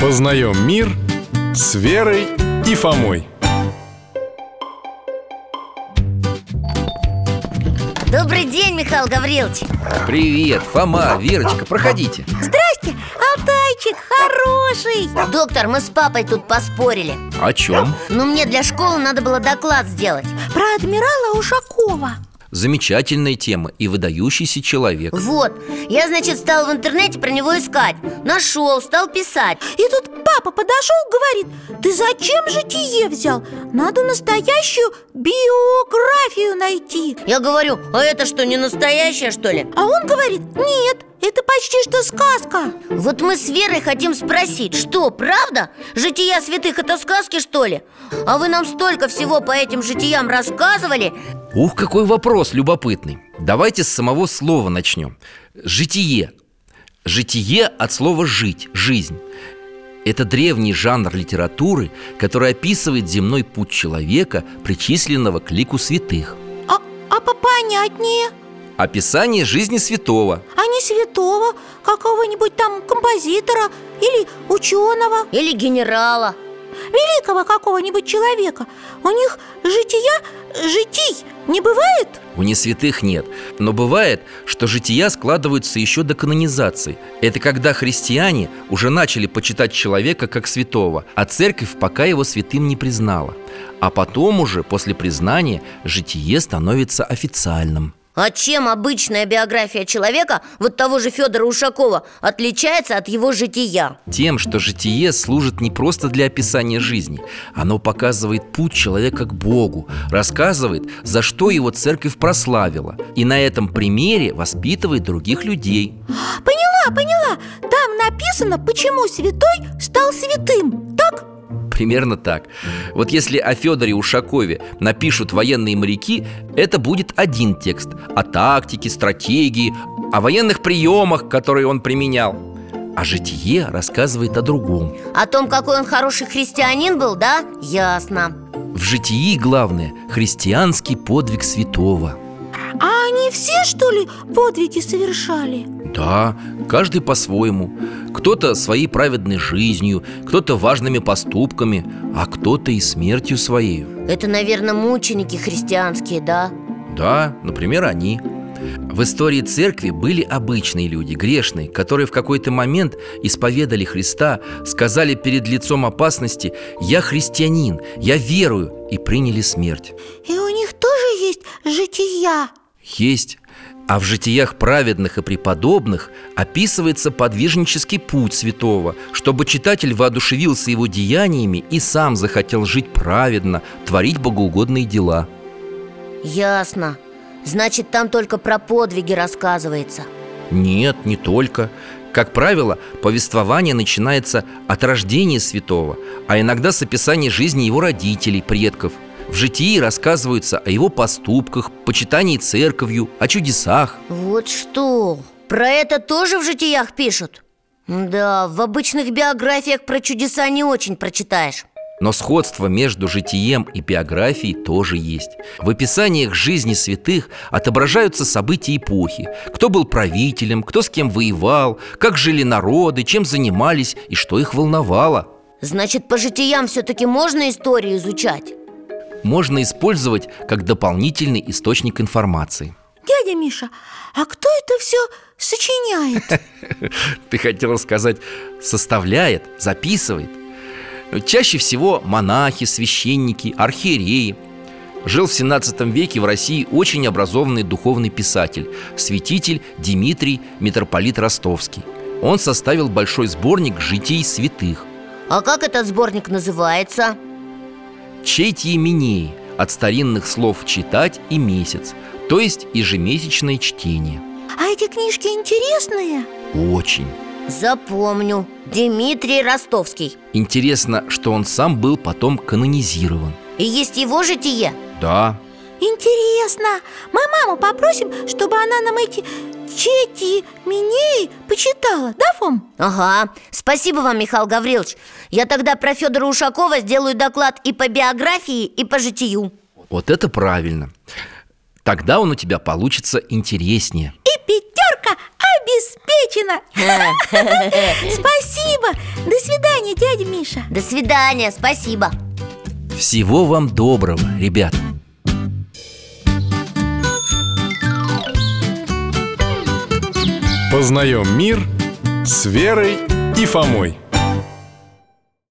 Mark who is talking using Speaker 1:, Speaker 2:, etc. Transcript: Speaker 1: Познаем мир с Верой и Фомой.
Speaker 2: Добрый день, Михаил Гаврилович
Speaker 3: Привет, Фома, Верочка, проходите
Speaker 4: Здрасте, Алтайчик, хороший
Speaker 2: Доктор, мы с папой тут поспорили
Speaker 3: О чем?
Speaker 2: Ну, мне для школы надо было доклад сделать
Speaker 4: Про адмирала Ушакова
Speaker 3: Замечательная тема и выдающийся человек
Speaker 2: Вот, я, значит, стал в интернете про него искать Нашел, стал писать
Speaker 4: И тут папа подошел, говорит Ты зачем житие взял? Надо настоящую биографию найти
Speaker 2: Я говорю, а это что, не настоящее, что ли?
Speaker 4: А он говорит, нет, это почти что сказка
Speaker 2: Вот мы с Верой хотим спросить, что, правда? Жития святых это сказки, что ли? А вы нам столько всего по этим житиям рассказывали
Speaker 3: Ух, какой вопрос любопытный Давайте с самого слова начнем Житие Житие от слова «жить», «жизнь» Это древний жанр литературы, который описывает земной путь человека, причисленного к лику святых
Speaker 4: А, а попонятнее?
Speaker 3: Описание жизни святого
Speaker 4: А не святого, какого-нибудь там композитора или ученого
Speaker 2: Или генерала
Speaker 4: Великого какого-нибудь человека У них жития, житий не бывает?
Speaker 3: У несвятых нет Но бывает, что жития складываются еще до канонизации Это когда христиане уже начали почитать человека как святого А церковь пока его святым не признала А потом уже, после признания, житие становится официальным
Speaker 2: А чем обычная биография человека, вот того же Федора Ушакова, отличается от его жития?
Speaker 3: Тем, что житие служит не просто для описания жизни Оно показывает путь человека к Богу Рассказывает, за что его церковь прославила И на этом примере воспитывает других людей
Speaker 4: Поняла, поняла Там написано, почему святой стал святым Так?
Speaker 3: Примерно так. Вот если о Федоре Ушакове напишут военные моряки, это будет один текст о тактике, стратегии, о военных приемах, которые он применял. А житие рассказывает о другом.
Speaker 2: О том, какой он хороший христианин был, да? Ясно
Speaker 3: В житии главное христианский подвиг святого.
Speaker 4: А они все, что ли, подвиги совершали?
Speaker 3: Да, каждый по-своему. Кто-то своей праведной жизнью, кто-то важными поступками, а кто-то и смертью своей.
Speaker 2: Это, наверное, мученики христианские, да?
Speaker 3: Да, например, они. В истории церкви были обычные люди, грешные, которые в какой-то момент исповедали Христа, сказали перед лицом опасности «Я христианин, я верую» и приняли смерть.
Speaker 4: И у них тоже есть жития
Speaker 3: Есть. А в житиях праведных и преподобных описывается подвижнический путь святого, чтобы читатель воодушевился его деяниями и сам захотел жить праведно, творить богоугодные дела.
Speaker 2: Ясно Значит, там только про подвиги рассказывается
Speaker 3: Нет, не только. Как правило, повествование начинается от рождения святого, а иногда с описания жизни его родителей, предков. В житии рассказываются о его поступках, почитании церковью, о чудесах.
Speaker 2: Вот что Про это тоже в житиях пишут? Да, в обычных биографиях про чудеса не очень прочитаешь
Speaker 3: Но сходство между житием и биографией тоже есть. В описаниях жизни святых отображаются события эпохи. Кто был правителем, кто с кем воевал, как жили народы, чем занимались и что их волновало.
Speaker 2: Значит, по житиям все-таки можно историю изучать?
Speaker 3: Можно использовать как дополнительный источник информации.
Speaker 4: Дядя Миша, а кто это все сочиняет?
Speaker 3: Ты хотела сказать «составляет», «записывает». Чаще всего монахи, священники, архиереи. Жил в 17 веке в России очень образованный духовный писатель, святитель Дмитрий, митрополит Ростовский. Он составил большой сборник житий святых
Speaker 2: А как этот сборник называется?
Speaker 3: «Чейте именеи» от старинных слов «читать» и «месяц», то есть ежемесячное чтение.
Speaker 4: А эти книжки интересные?
Speaker 3: Очень.
Speaker 2: Запомню Дмитрий Ростовский
Speaker 3: Интересно, что он сам был потом канонизирован.
Speaker 2: И есть его житие?
Speaker 3: Да,
Speaker 4: Интересно Мы маму попросим, чтобы она нам эти чети минеи почитала, да, Фом?
Speaker 2: Ага, спасибо вам, Михаил Гаврилович Я тогда про Федора Ушакова сделаю доклад и по биографии, и по житию
Speaker 3: вот это правильно. Тогда он у тебя получится интереснее.
Speaker 4: И пятерка обеспечена Спасибо! До свидания, дядя Миша
Speaker 2: До свидания, спасибо
Speaker 3: Всего вам доброго, ребят
Speaker 1: Познаем мир с Верой и Фомой.